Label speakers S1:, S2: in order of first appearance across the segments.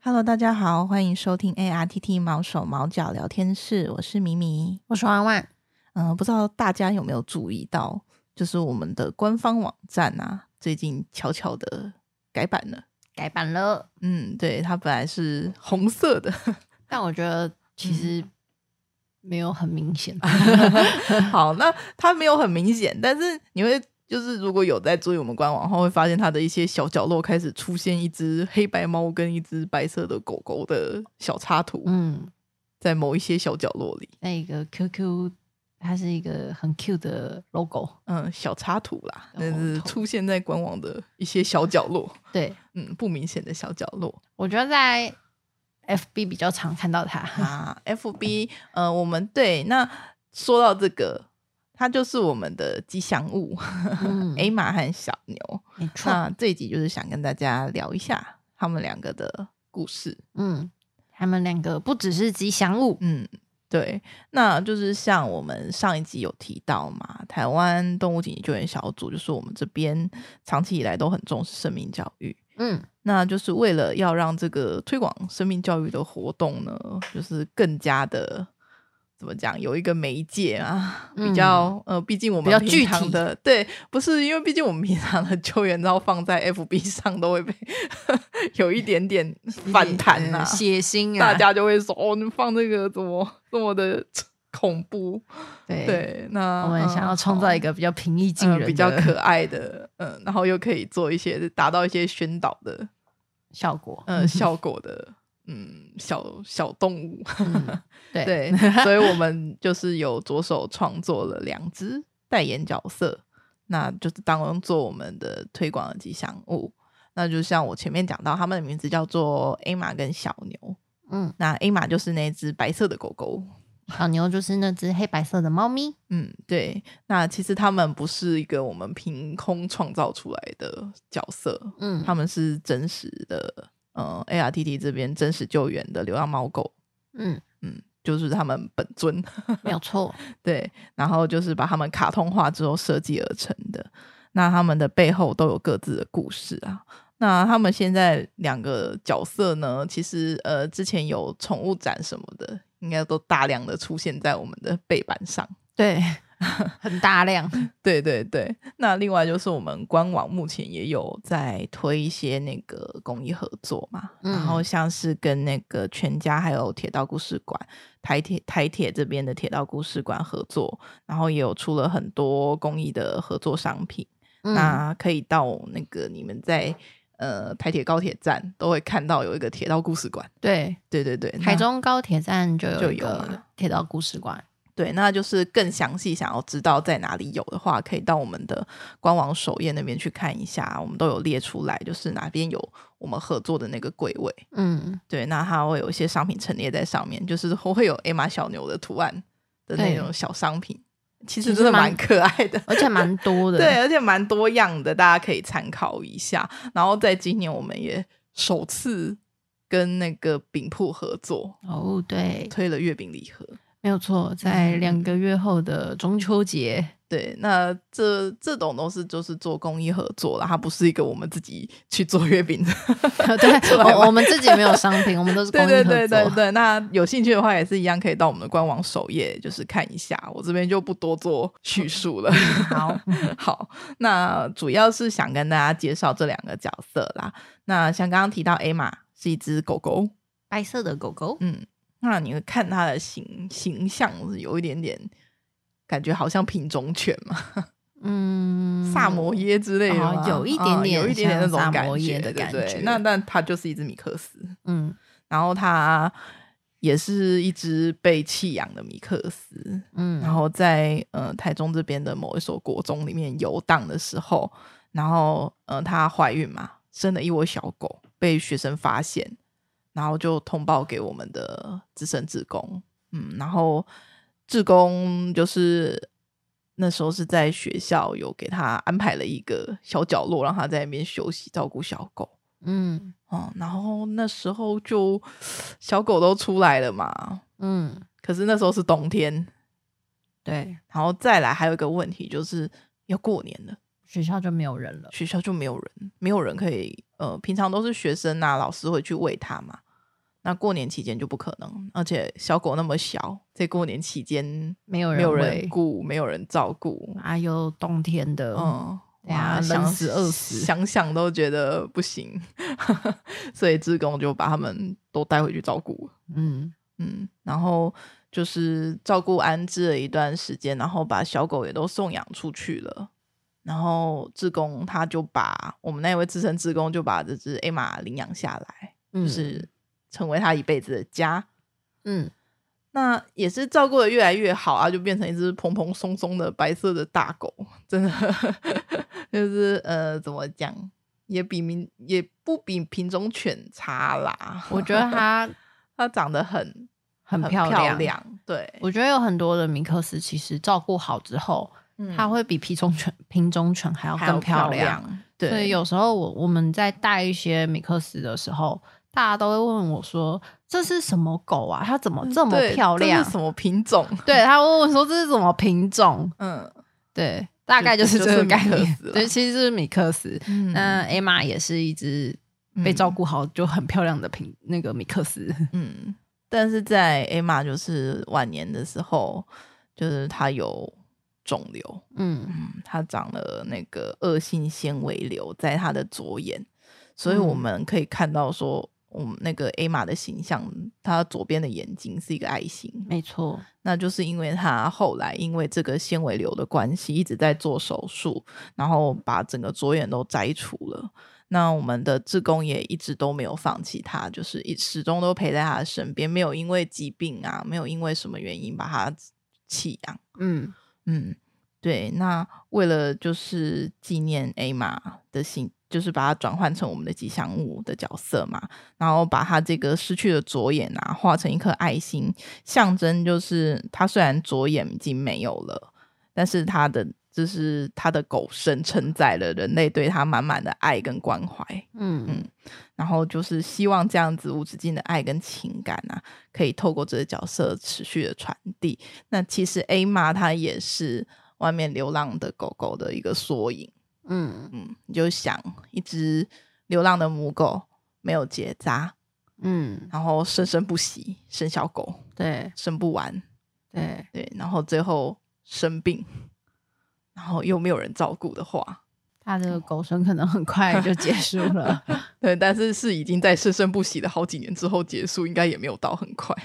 S1: Hello，大家好，欢迎收听 ARTT 毛手毛脚聊天室，我是米米。
S2: 我是万万，
S1: 嗯、不知道大家有没有注意到，就是我们的官方网站啊，最近悄悄的改版了。
S2: 改版了。
S1: 嗯，对，它本来是红色的，
S2: 但我觉得
S1: 嗯
S2: 其实没有很 明显，
S1: 好，那它没有很明显，但是你会就是如果有在注意我们官网的话，会发现它的一些小角落开始出现一只黑白猫跟一只白色的狗狗的小插图，
S2: 嗯，
S1: 在某一些小角落里，
S2: 那个 QQ 它是一个很 Q 的 logo，
S1: 嗯，小插图啦，
S2: 小
S1: 但是
S2: 插图
S1: 出现在官网的一些小角落，
S2: 对
S1: 嗯，不明显的小角落
S2: 我觉得在 FB 比较常看到它，
S1: 啊。FB，呃，我们对那说到这个，它就是我们的吉祥物、
S2: 嗯
S1: A 马和小牛。
S2: 没错，
S1: 那这一集就是想跟大家聊一下他们两个的故事。
S2: 嗯，他们两个不只是吉祥物，
S1: 嗯，对，那就是像我们上一集有提到嘛，台湾动物紧急救援小组就是我们这边长期以来都很重视生命教育。
S2: 嗯，
S1: 那就是为了要让这个推广生命教育的活动呢，就是更加的怎么讲，有一个媒介啊，
S2: 嗯
S1: 比较、呃，毕竟我
S2: 比较
S1: 们
S2: 具
S1: 平常
S2: 体
S1: 的对，不是因为毕竟我们平常的救援照放在 FB 上都会被 有一点点反弹呐、
S2: 呃
S1: 啊，
S2: 血腥啊，
S1: 大家就会说哦，你放这个怎么这么的 恐怖？
S2: 对。
S1: 对，那
S2: 我们想要创造一
S1: 个。好
S2: 个比较平易近
S1: 嗯
S2: 人、
S1: 比较可爱的，嗯，然后又可以做一些达到一些宣导的
S2: 效果，
S1: 呃效果的，嗯，小小动物。
S2: 嗯，对，
S1: 对，所以我们就是有着手创作了两只代言角色，那就是当做我们的推广的吉祥物。那就像我前面讲到，他们的名字叫做 A 玛跟小牛。
S2: 嗯，
S1: 那 A 玛就是那只白色的狗狗，
S2: 小牛就是那只黑白色的猫咪，
S1: 嗯，对。那其实他们不是一个我们凭空创造出来的角色，
S2: 嗯，
S1: 他们是真实的，呃，ARTT 这边真实救援的流浪猫狗，
S2: 嗯，
S1: 嗯，就是他们本尊，
S2: 没
S1: 嗯
S2: 有错，
S1: 对，然后就是把他们卡通化之后设计而成的。那他们的背后都有各自的故事啊。那他们现在两个角色呢，其实呃，之前有宠物展什么的，应该都大量的出现在我们的背板上。
S2: 对，很大量，
S1: 对对对，那另外就是我们官网目前也有在推一些那个公益合作嘛，
S2: 嗯
S1: 然后像是跟那个全家还有铁道故事馆、台铁台铁这边的铁道故事馆合作，然后也有出了很多公益的合作商品，
S2: 嗯
S1: 那可以到那个你们在呃台铁高铁站都会看到有一个铁道故事馆，
S2: 对，
S1: 对对对，
S2: 台
S1: 那
S2: 中高铁站就
S1: 就
S2: 有一
S1: 有
S2: 个
S1: 嘛
S2: 铁道故事馆。
S1: 对，那就是更详细想要知道在哪里有的话，可以到我们的官网首页那边去看一下，我们都有列出来，就是哪边有我们合作的那个柜位。
S2: 嗯，
S1: 对，那它会有一些商品陈列在上面，就是 会有 A 玛小牛的图案的那
S2: 对
S1: 种小商品，其
S2: 其
S1: 实
S2: 实
S1: 真的蛮
S2: 蛮
S1: 可爱的。
S2: 而且蛮 多的。
S1: 对，而且蛮多样的，大家可以参考一下。然后在今年，我们也首次跟那个饼铺合作，
S2: 哦，对，
S1: 推了月饼礼盒。
S2: 没有错，在
S1: 嗯
S2: 两个月后的中 秋节，
S1: 对，那这这种都是就是做公益合作啦，它不是一个我们自己去做月饼的。出
S2: 对
S1: 来
S2: 我
S1: 吧
S2: 我们自己没有商品，我们都是公
S1: 对对
S2: 益合作。
S1: 对对对，那有兴趣的话也是一样，可以到我们的官网首页就是看一下，我这边就不多做叙述了。
S2: 好，
S1: 好，那主要是想跟大家介绍这两个角色啦。那像刚刚提到 A 玛是一只狗狗，
S2: 白色的狗狗，
S1: 嗯，那你会看它的形形象是有一点点感觉好像品种犬嘛。
S2: 嗯，
S1: 萨摩耶之类的
S2: 哦
S1: 吗、
S2: 有一
S1: 啊
S2: 点点
S1: 有一点点那
S2: 像
S1: 种
S2: 萨
S1: 感
S2: 摩
S1: 觉
S2: 耶的
S1: 对不
S2: 感
S1: 对
S2: 觉
S1: 那但它就是一只米克斯，
S2: 嗯
S1: 然后它也是一只被弃养的米克斯，
S2: 嗯，
S1: 然后在呃台中这边的某一所国中里面游荡的时候，然后呃她怀孕嘛，生了一窝小狗，被学生发现，然后就通报给我们的资深志工，嗯，然后志工就是那时候是在学校有给他安排了一个小角落，让他在那边休息照顾小狗。
S2: 嗯
S1: 哦、然后那时候就 小狗都出来了嘛，
S2: 嗯，
S1: 可是那时候是冬天，
S2: 对，
S1: 然后再来还有一个问题，就是要过年了，
S2: 学校就没有人了。
S1: 学校就没有人，没有人可以呃，平常都是学生啊，老师会去喂它嘛。那过年期间就不可能，而且小狗那么小，在过年期间
S2: 没有
S1: 没有
S2: 人
S1: 人
S2: 会
S1: 顾，没有人照顾，
S2: 啊，有冬天的，
S1: 嗯，
S2: 对
S1: 哇，
S2: 啊冷
S1: 想
S2: 死饿死
S1: 想想都觉得不行， 所以志工就把他们都带回去照顾，
S2: 嗯
S1: 嗯，然后就是照顾安置了一段时间，然后把小狗也都送养出去了。然后志工他就把我们那位资深志工就把这只艾玛领养下来，
S2: 嗯，
S1: 就是成为他一辈子的家。
S2: 嗯
S1: 那也是照顾的越来越好啊，就变成一只蓬蓬松松的白色的大狗，真的 就是呃，怎么讲，也比民也不比品种犬差啦。
S2: 我觉得它
S1: 它长得 很
S2: 很
S1: 漂
S2: 漂亮
S1: 亮对，
S2: 我觉得有很多的米克斯，其实照顾好之后，
S1: 嗯
S2: 它会比品种犬品种犬还要
S1: 还要
S2: 更漂亮。
S1: 亮，对，
S2: 所以有时候我我们在带一些米克斯的时候，大家都会问我说：“这是什么狗啊？它怎么这
S1: 嗯
S2: 么
S1: 对
S2: 漂亮？”
S1: 这是什么品种？
S2: 对，他会问我说：“这是什么品种
S1: 嗯，？”
S2: 对，大概就是
S1: 就
S2: 这
S1: 是
S2: 个概
S1: 米克
S2: 念
S1: 斯啦。
S2: 对，其实就是米克斯。
S1: 嗯
S2: 那艾玛也是一只被照顾好就很漂亮的品那个米克斯。
S1: 嗯，但是在艾玛就是晚年的时候，就是它有肿瘤，
S2: 嗯
S1: 嗯，它长了那个恶性纤维瘤在它的左眼，所以我
S2: 嗯
S1: 们可以看到说，我们那个艾玛的形象，它左边的眼睛是一个爱心，
S2: 没错。
S1: 那就是因为他后来因为这个纤维瘤的关系，一直在做手术，然后把整个左眼都摘除了。那我们的志工也一直都没有放弃他，就是一始终都陪在他的身边，没有因为疾病啊，没有因为什么原因把他弃养。
S2: 嗯
S1: 嗯，对。那为了就是纪念 A 玛的形，就是把它转换成我们的吉祥物的角色嘛，然后把它这个失去的左眼啊，画成一颗爱心，象征就是它虽然左眼已经没有了，但是它的就是它的狗生承载了人类对它满满的爱跟关怀。
S2: 嗯
S1: 然后就是希望这样子无止境的爱跟情感啊，可以透过这个角色持续的传递。那其实 A 妈她也是外面流浪的狗狗的一个缩影。
S2: 嗯
S1: 嗯，你就想一只流浪的母狗没有结扎，
S2: 嗯，
S1: 然后生生不息，生小狗
S2: 对
S1: 生不完，
S2: 对，
S1: 对，然后最后生病，然后又没有人照顾的话，
S2: 它的狗生可能很快就结束了。
S1: 对，但是是已经在生生不息的好几年之后结束，应该也没有到很快。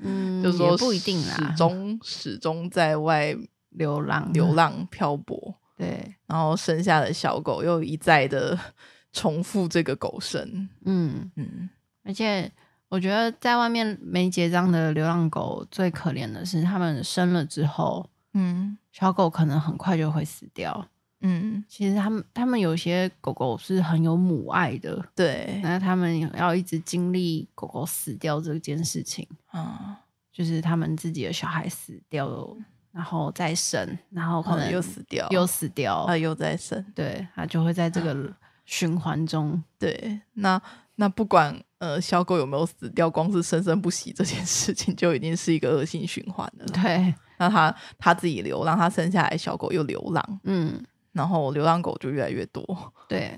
S2: 嗯，
S1: 就是说
S2: 也不一定啦嗯
S1: 始，终始终在外
S2: 流浪啊
S1: 流浪漂泊，
S2: 对，
S1: 然后生下的小狗又一再的 重复这个狗生，
S2: 嗯，
S1: 嗯
S2: 而且我觉得在外面没结账的流浪狗最可怜的是，它们生了之后，
S1: 嗯
S2: 小狗可能很快就会死掉。
S1: 嗯，
S2: 其实它们它们有些狗狗是很有母爱的，
S1: 对，
S2: 那它们要一直经历狗狗死掉这件事情，
S1: 啊，
S2: 就是他们自己的小孩死掉了，然后再生，然后可
S1: 可能
S2: 能
S1: 又死掉，
S2: 哦又死 掉，
S1: 啊又再生，
S2: 对，它就会在这 个循环中。
S1: 对，那那不管呃小狗有没有死掉，光是生生不息这件事情就已经是一个恶性循环了。
S2: 对，
S1: 那它它自己流浪，它生下来小狗又流浪，
S2: 嗯，
S1: 然后流浪狗就越来越多，
S2: 对，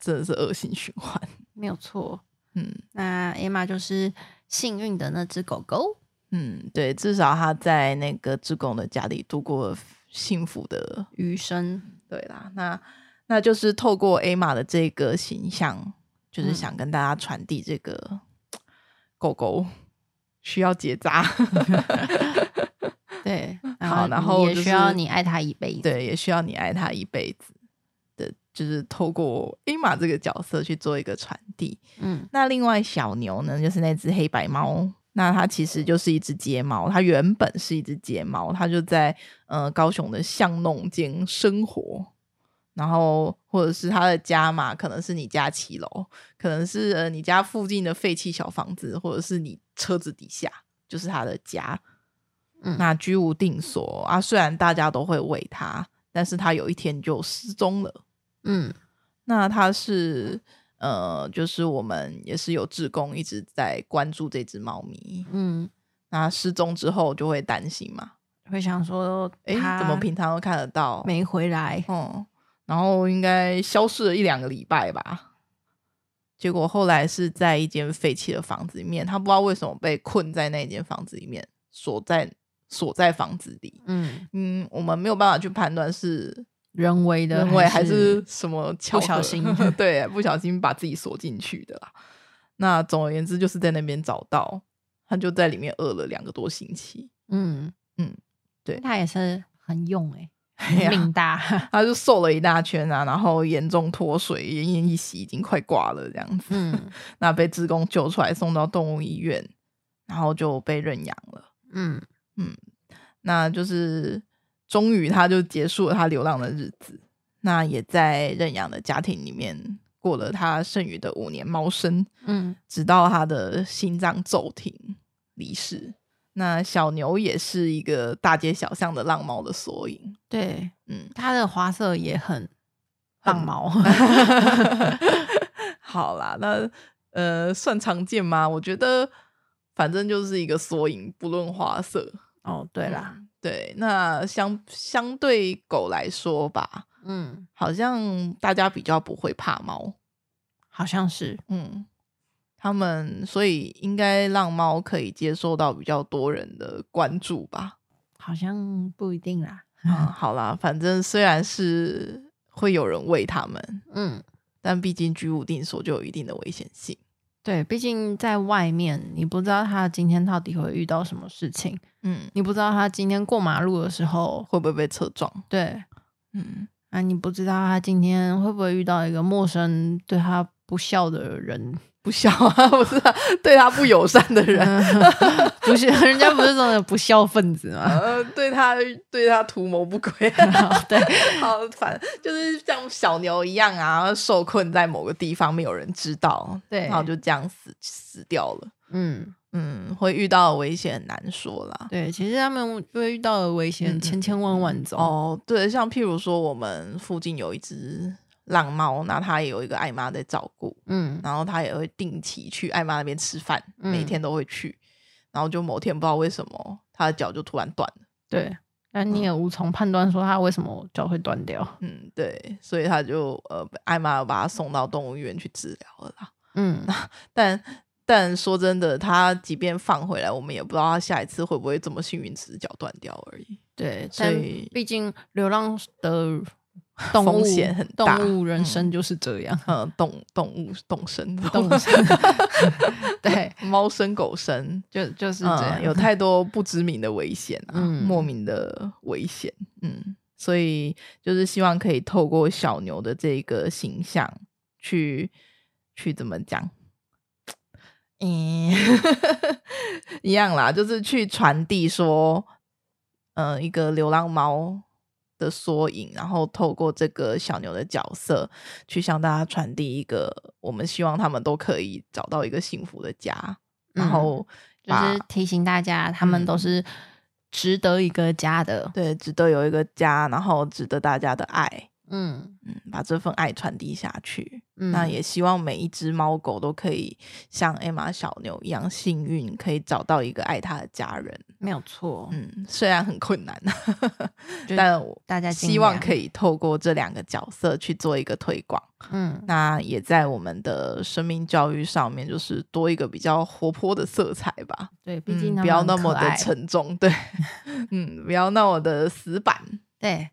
S1: 真的是恶性循环。
S2: 没有错。
S1: 嗯，
S2: 那 Emma 就是幸运的那只狗狗。
S1: 嗯，对，至少他在那个志工的家里度过幸福的，
S2: 余生，
S1: 对啦，那那就是透过 A 玛的这个形象，就是
S2: 嗯
S1: 想跟大家传递这个、狗狗需要结扎，
S2: 对，
S1: 好然后
S2: 你也
S1: 就是
S2: 需要你爱它一辈子。，
S1: 对，也需要你爱他一辈子的，就是透过 A 玛这个角色去做一个传递。
S2: 嗯
S1: 那另外小牛呢，就是那只黑白猫。那它其实就是一只街猫，它原本是一只街猫，它就在呃高雄的巷弄间生活，然后或者是它的家嘛，可能是你家七楼，可能是呃你家附近的废弃小房子，或者是你车子底下，就是它的家。
S2: 嗯
S1: 那居无定所啊，虽然大家都会喂它，但是它有一天就失踪了。
S2: 嗯
S1: 那它是呃，就是我们也是有志工一直在关注这只猫咪。
S2: 嗯，
S1: 那失踪之后就会担心嘛，
S2: 会想说，
S1: 诶，怎么平常都看得到？
S2: 没回来？
S1: 嗯，然后应该消失了一两个礼拜吧，结果后来是在一间废弃的房子里面，他不知道为什么被困在那间房子里面，锁在锁在房子里。
S2: 嗯，
S1: 嗯，我们没有办法去判断是
S2: 人为的
S1: 人为还是什么巧合
S2: 不 小 心
S1: 对，不小心把自己锁进去的啦。那总而言之，就是在那边找到，他就在里面饿了两个多星期。
S2: 嗯
S1: 嗯，对
S2: 他也是很用 哎、
S1: 哎呀
S2: 命大，
S1: 他就瘦了一大圈啊，然后严重脱水，奄奄一息，已经快挂了这样子。
S2: 嗯
S1: 那被志工救出来，送到动物医院，然后就被认养了。
S2: 嗯
S1: 那就是终于他就结束了他流浪的日子，那也在认养的家庭里面过了他剩余的五年猫生，
S2: 嗯
S1: 直到他的心脏骤停离世。那小牛也是一个大街小巷的浪猫的缩影，
S2: 对，
S1: 嗯，
S2: 他的花色也很
S1: 很
S2: 棒毛，
S1: 好啦，那呃，算常见吗？我觉得反正就是一个缩影，不论花色。
S2: 哦对啦，
S1: 嗯对，那相相对狗来说吧，
S2: 嗯，
S1: 好像大家比较不会怕猫，
S2: 好像是，
S1: 嗯，他们所以应该让猫可以接受到比较多人的关注吧。
S2: 好像不一定啦，
S1: 啊，好啦，反正虽然是会有人喂它们，
S2: 嗯，
S1: 但毕竟居无定所就有一定的危险性。
S2: 对，毕竟在外面，你不知道他今天到底会遇到什么事情，
S1: 嗯，
S2: 你不知道他今天过马路的时候，
S1: 会不会被车撞？
S2: 对
S1: 嗯，
S2: 啊，你不知道他今天会不会遇到一个陌生对他不孝 的人，
S1: 不孝啊，不是、啊、对它不友善的人，
S2: 嗯不是人家不是说有不孝分子吗？
S1: 呃，对它对它图谋不轨。
S2: 对，
S1: 好烦，就是像小牛一样啊，受困在某个地方，没有人知道，
S2: 对
S1: 然后就这样死死掉了。
S2: 嗯，
S1: 嗯，会遇到的危险很难说啦。
S2: 对，其实他们会遇到的
S1: 嗯
S2: 危
S1: 嗯
S2: 险千千万万种。
S1: 哦，对，像譬如说，我们附近有一只浪猫，那它也有一个艾妈在照顾，
S2: 嗯
S1: 然后它也会定期去艾妈那边吃饭，
S2: 嗯
S1: 每天都会去。然后就某天不知道为什么，它的脚就突然断了。
S2: 对，那你也无从判断说他为什么脚会断掉。
S1: 嗯，对，所以它就呃，艾妈把它送到动物医院去治疗了啦。
S2: 嗯，
S1: 但但说真的，它即便放回来，我们也不知道它下一次会不会这么幸运，只是脚断掉而已。
S2: 对，
S1: 所
S2: 但
S1: 以
S2: 毕竟流浪的 动
S1: 风
S2: 物
S1: 险很大
S2: 动物人
S1: 嗯
S2: 生就是 这样，
S1: 呃，动动物动身，
S2: 动物 生对，
S1: 猫生狗生，
S2: 就就是这样。
S1: 嗯，有太多不知名的危险啊，
S2: 嗯
S1: 莫名的危险，嗯，所以就是希望可以透过小牛的这个形象去去怎么讲，嗯， 一样啦，就是去传递说，呃，一个流浪猫的缩影，然后透过这个小牛的角色，去向大家传递一个，我们希望他们都可以找到一个幸福的家，然
S2: 嗯
S1: 后
S2: 就
S1: 把
S2: 是提醒大家，他们
S1: 嗯
S2: 都是值得一个家的。
S1: 对，值得有一个家，然后值得大家的爱，
S2: 嗯
S1: 嗯，把这份爱传递下去。
S2: 嗯，
S1: 那也希望每一只猫狗都可以像艾玛小牛一样幸运，可以找到一个爱它的家人。
S2: 没有错。
S1: 嗯，虽然很困难，
S2: 就
S1: 但我
S2: 大家尽
S1: 希望
S2: 量
S1: 可以透过这两个角色去做一个推广。
S2: 嗯
S1: 那也在我们的生命教育上面，就是多一个比较活泼的色彩吧。
S2: 对，毕竟
S1: 嗯，
S2: 他
S1: 不要
S2: 们
S1: 那
S2: 很
S1: 么
S2: 可
S1: 的
S2: 爱
S1: 沉重， 对，嗯，不要那么的死板。
S2: 对，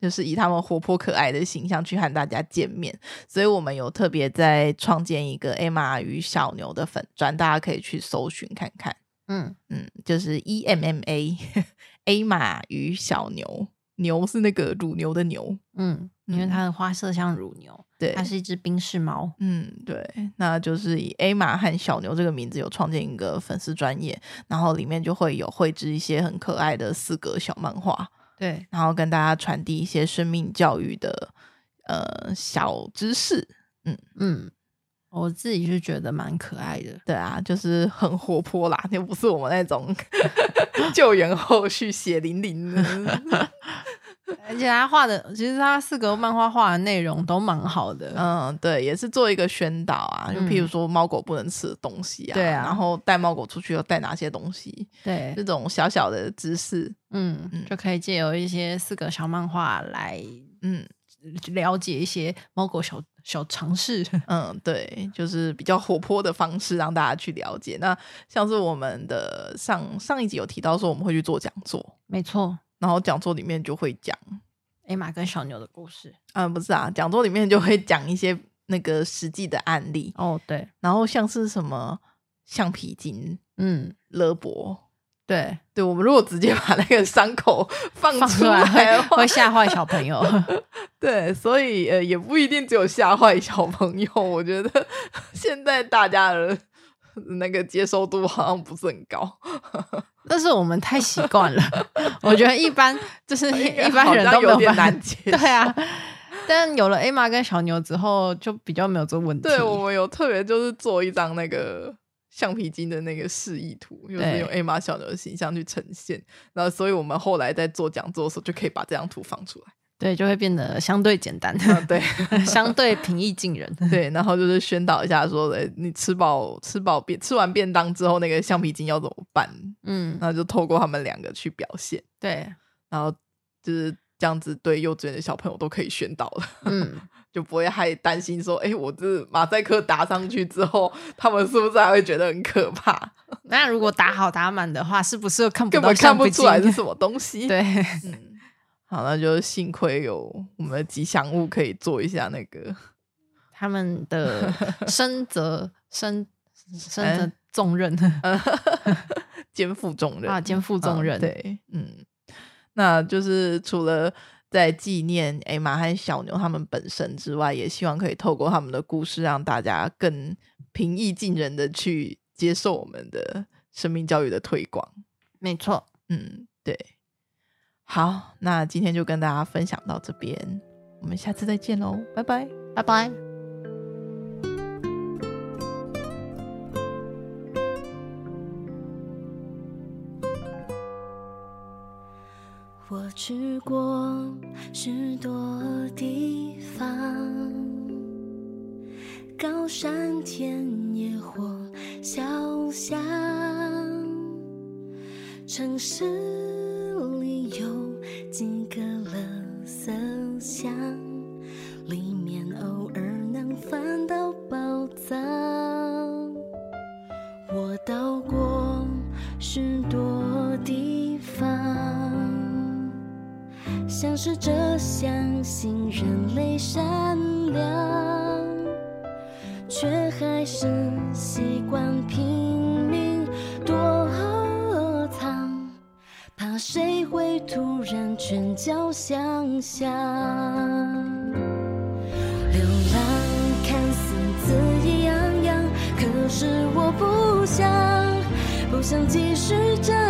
S1: 就是以他们活泼可爱的形象去和大家见面，所以我们有特别在创建一个 Emma 与小牛的粉砖，大家可以去搜寻看看。
S2: 嗯
S1: 嗯，就是 E M M A Emma 与小牛，牛是那个乳牛的牛，
S2: 嗯，因为
S1: 嗯
S2: 它的花色像乳牛，
S1: 对
S2: 它，是一只冰室猫。
S1: 嗯，对，那就是以 A 玛和小牛这个名字有创建一个粉丝专业，然后里面就会有绘制一些很可爱的四格小漫画，
S2: 对，
S1: 然后跟大家传递一些生命教育的呃小知识。
S2: 嗯，我自己是觉得蛮可爱的。
S1: 对啊，就是很活泼啦，就不是我们那种 救援后续血淋淋的。
S2: 而且他画的，其实他四格漫画画的内容都蛮好的。
S1: 嗯，对，也是做一个宣导啊，就譬如说猫狗不能吃的东西啊，
S2: 对啊
S1: 然后带猫狗出去要带哪些东西，这
S2: 对，
S1: 种小小的知识，
S2: 嗯，
S1: 嗯
S2: 就可以借由一些四格小漫画来
S1: 嗯，
S2: 了解一些猫狗小小尝试。
S1: 嗯，对，就是比较活泼的方式让大家去了解。那像是我们的上上一集有提到说我们会去做讲座，
S2: 没错，
S1: 然后讲座里面就会讲，
S2: 艾玛跟小牛的故事。
S1: 嗯，不是啊，讲座里面就会讲一些那个实际的案例，
S2: 哦，对，
S1: 然后像是什么橡皮筋
S2: 嗯，
S1: 勒脖。
S2: 对，
S1: 对，我们如果直接把那个伤口放
S2: 放
S1: 出
S2: 出
S1: 来
S2: 来
S1: 的
S2: 会
S1: 话，
S2: 会吓坏小 朋友。
S1: 对，所以呃，也不一定只有吓坏小朋友。我觉得 现在大家的那个接受度好像不是很高，
S2: 但是我们太习惯了，我觉得一般 就是 一般
S1: 好
S2: 人
S1: 像
S2: 都没
S1: 有点
S2: 办法
S1: 难接受。
S2: 对啊， 但有了 A 玛跟小牛之后，就比较没有这个问题。
S1: 对我们有特别就是做一张那个橡皮筋的那个示意图，就是
S2: 对
S1: 用艾玛小牛的形象去呈现。然后，所以我们后来在做讲座的时候，就可以把这张图放出 来。
S2: 对就会变得相对简单，
S1: 啊，对
S2: 相对平易近人。
S1: 对，然后就是宣导一下说，哎，你吃饱吃饱便吃完便当之后，那个橡皮筋要怎么办？
S2: 嗯，
S1: 那就透过他们两个去表现。
S2: 对，
S1: 然后就是这样子，对幼稚园的小朋友都可以宣导了，
S2: 嗯，
S1: 就不会还担心说，哎、我这马赛克打上去之后，他们是不是还会觉得很可怕，
S2: 那如果打好打满的话，是不是又看不
S1: 根
S2: 到
S1: 本看
S2: 不
S1: 不出来
S2: 进
S1: 是什么东西？，
S2: 对，
S1: 嗯，好，那就幸亏有我们的吉祥物可以做一下那个，
S2: 他们的深责深深
S1: 哎
S2: 责重任
S1: 呃 肩负重任
S2: 啊，肩负重任。
S1: 嗯，对，嗯，那就是除了在纪念艾玛和小牛他们本身之外，也希望可以透过他们的故事，让大家更平易近人的去接受我们的生命教育的推广。
S2: 没错。
S1: 嗯，对。好，那今天就跟大家分享到这边，我们下次再见喽，拜拜。
S2: 拜拜。
S3: 我去过许多地方，高山田野或小巷，城市里有几个垃圾箱，里面偶尔能翻到宝藏。我到过许多地方，像是这相信人类善良，却还是习惯拼命躲藏，怕谁会突然拳脚相向。流浪看似恣意洋洋，可是我不想，不想继续这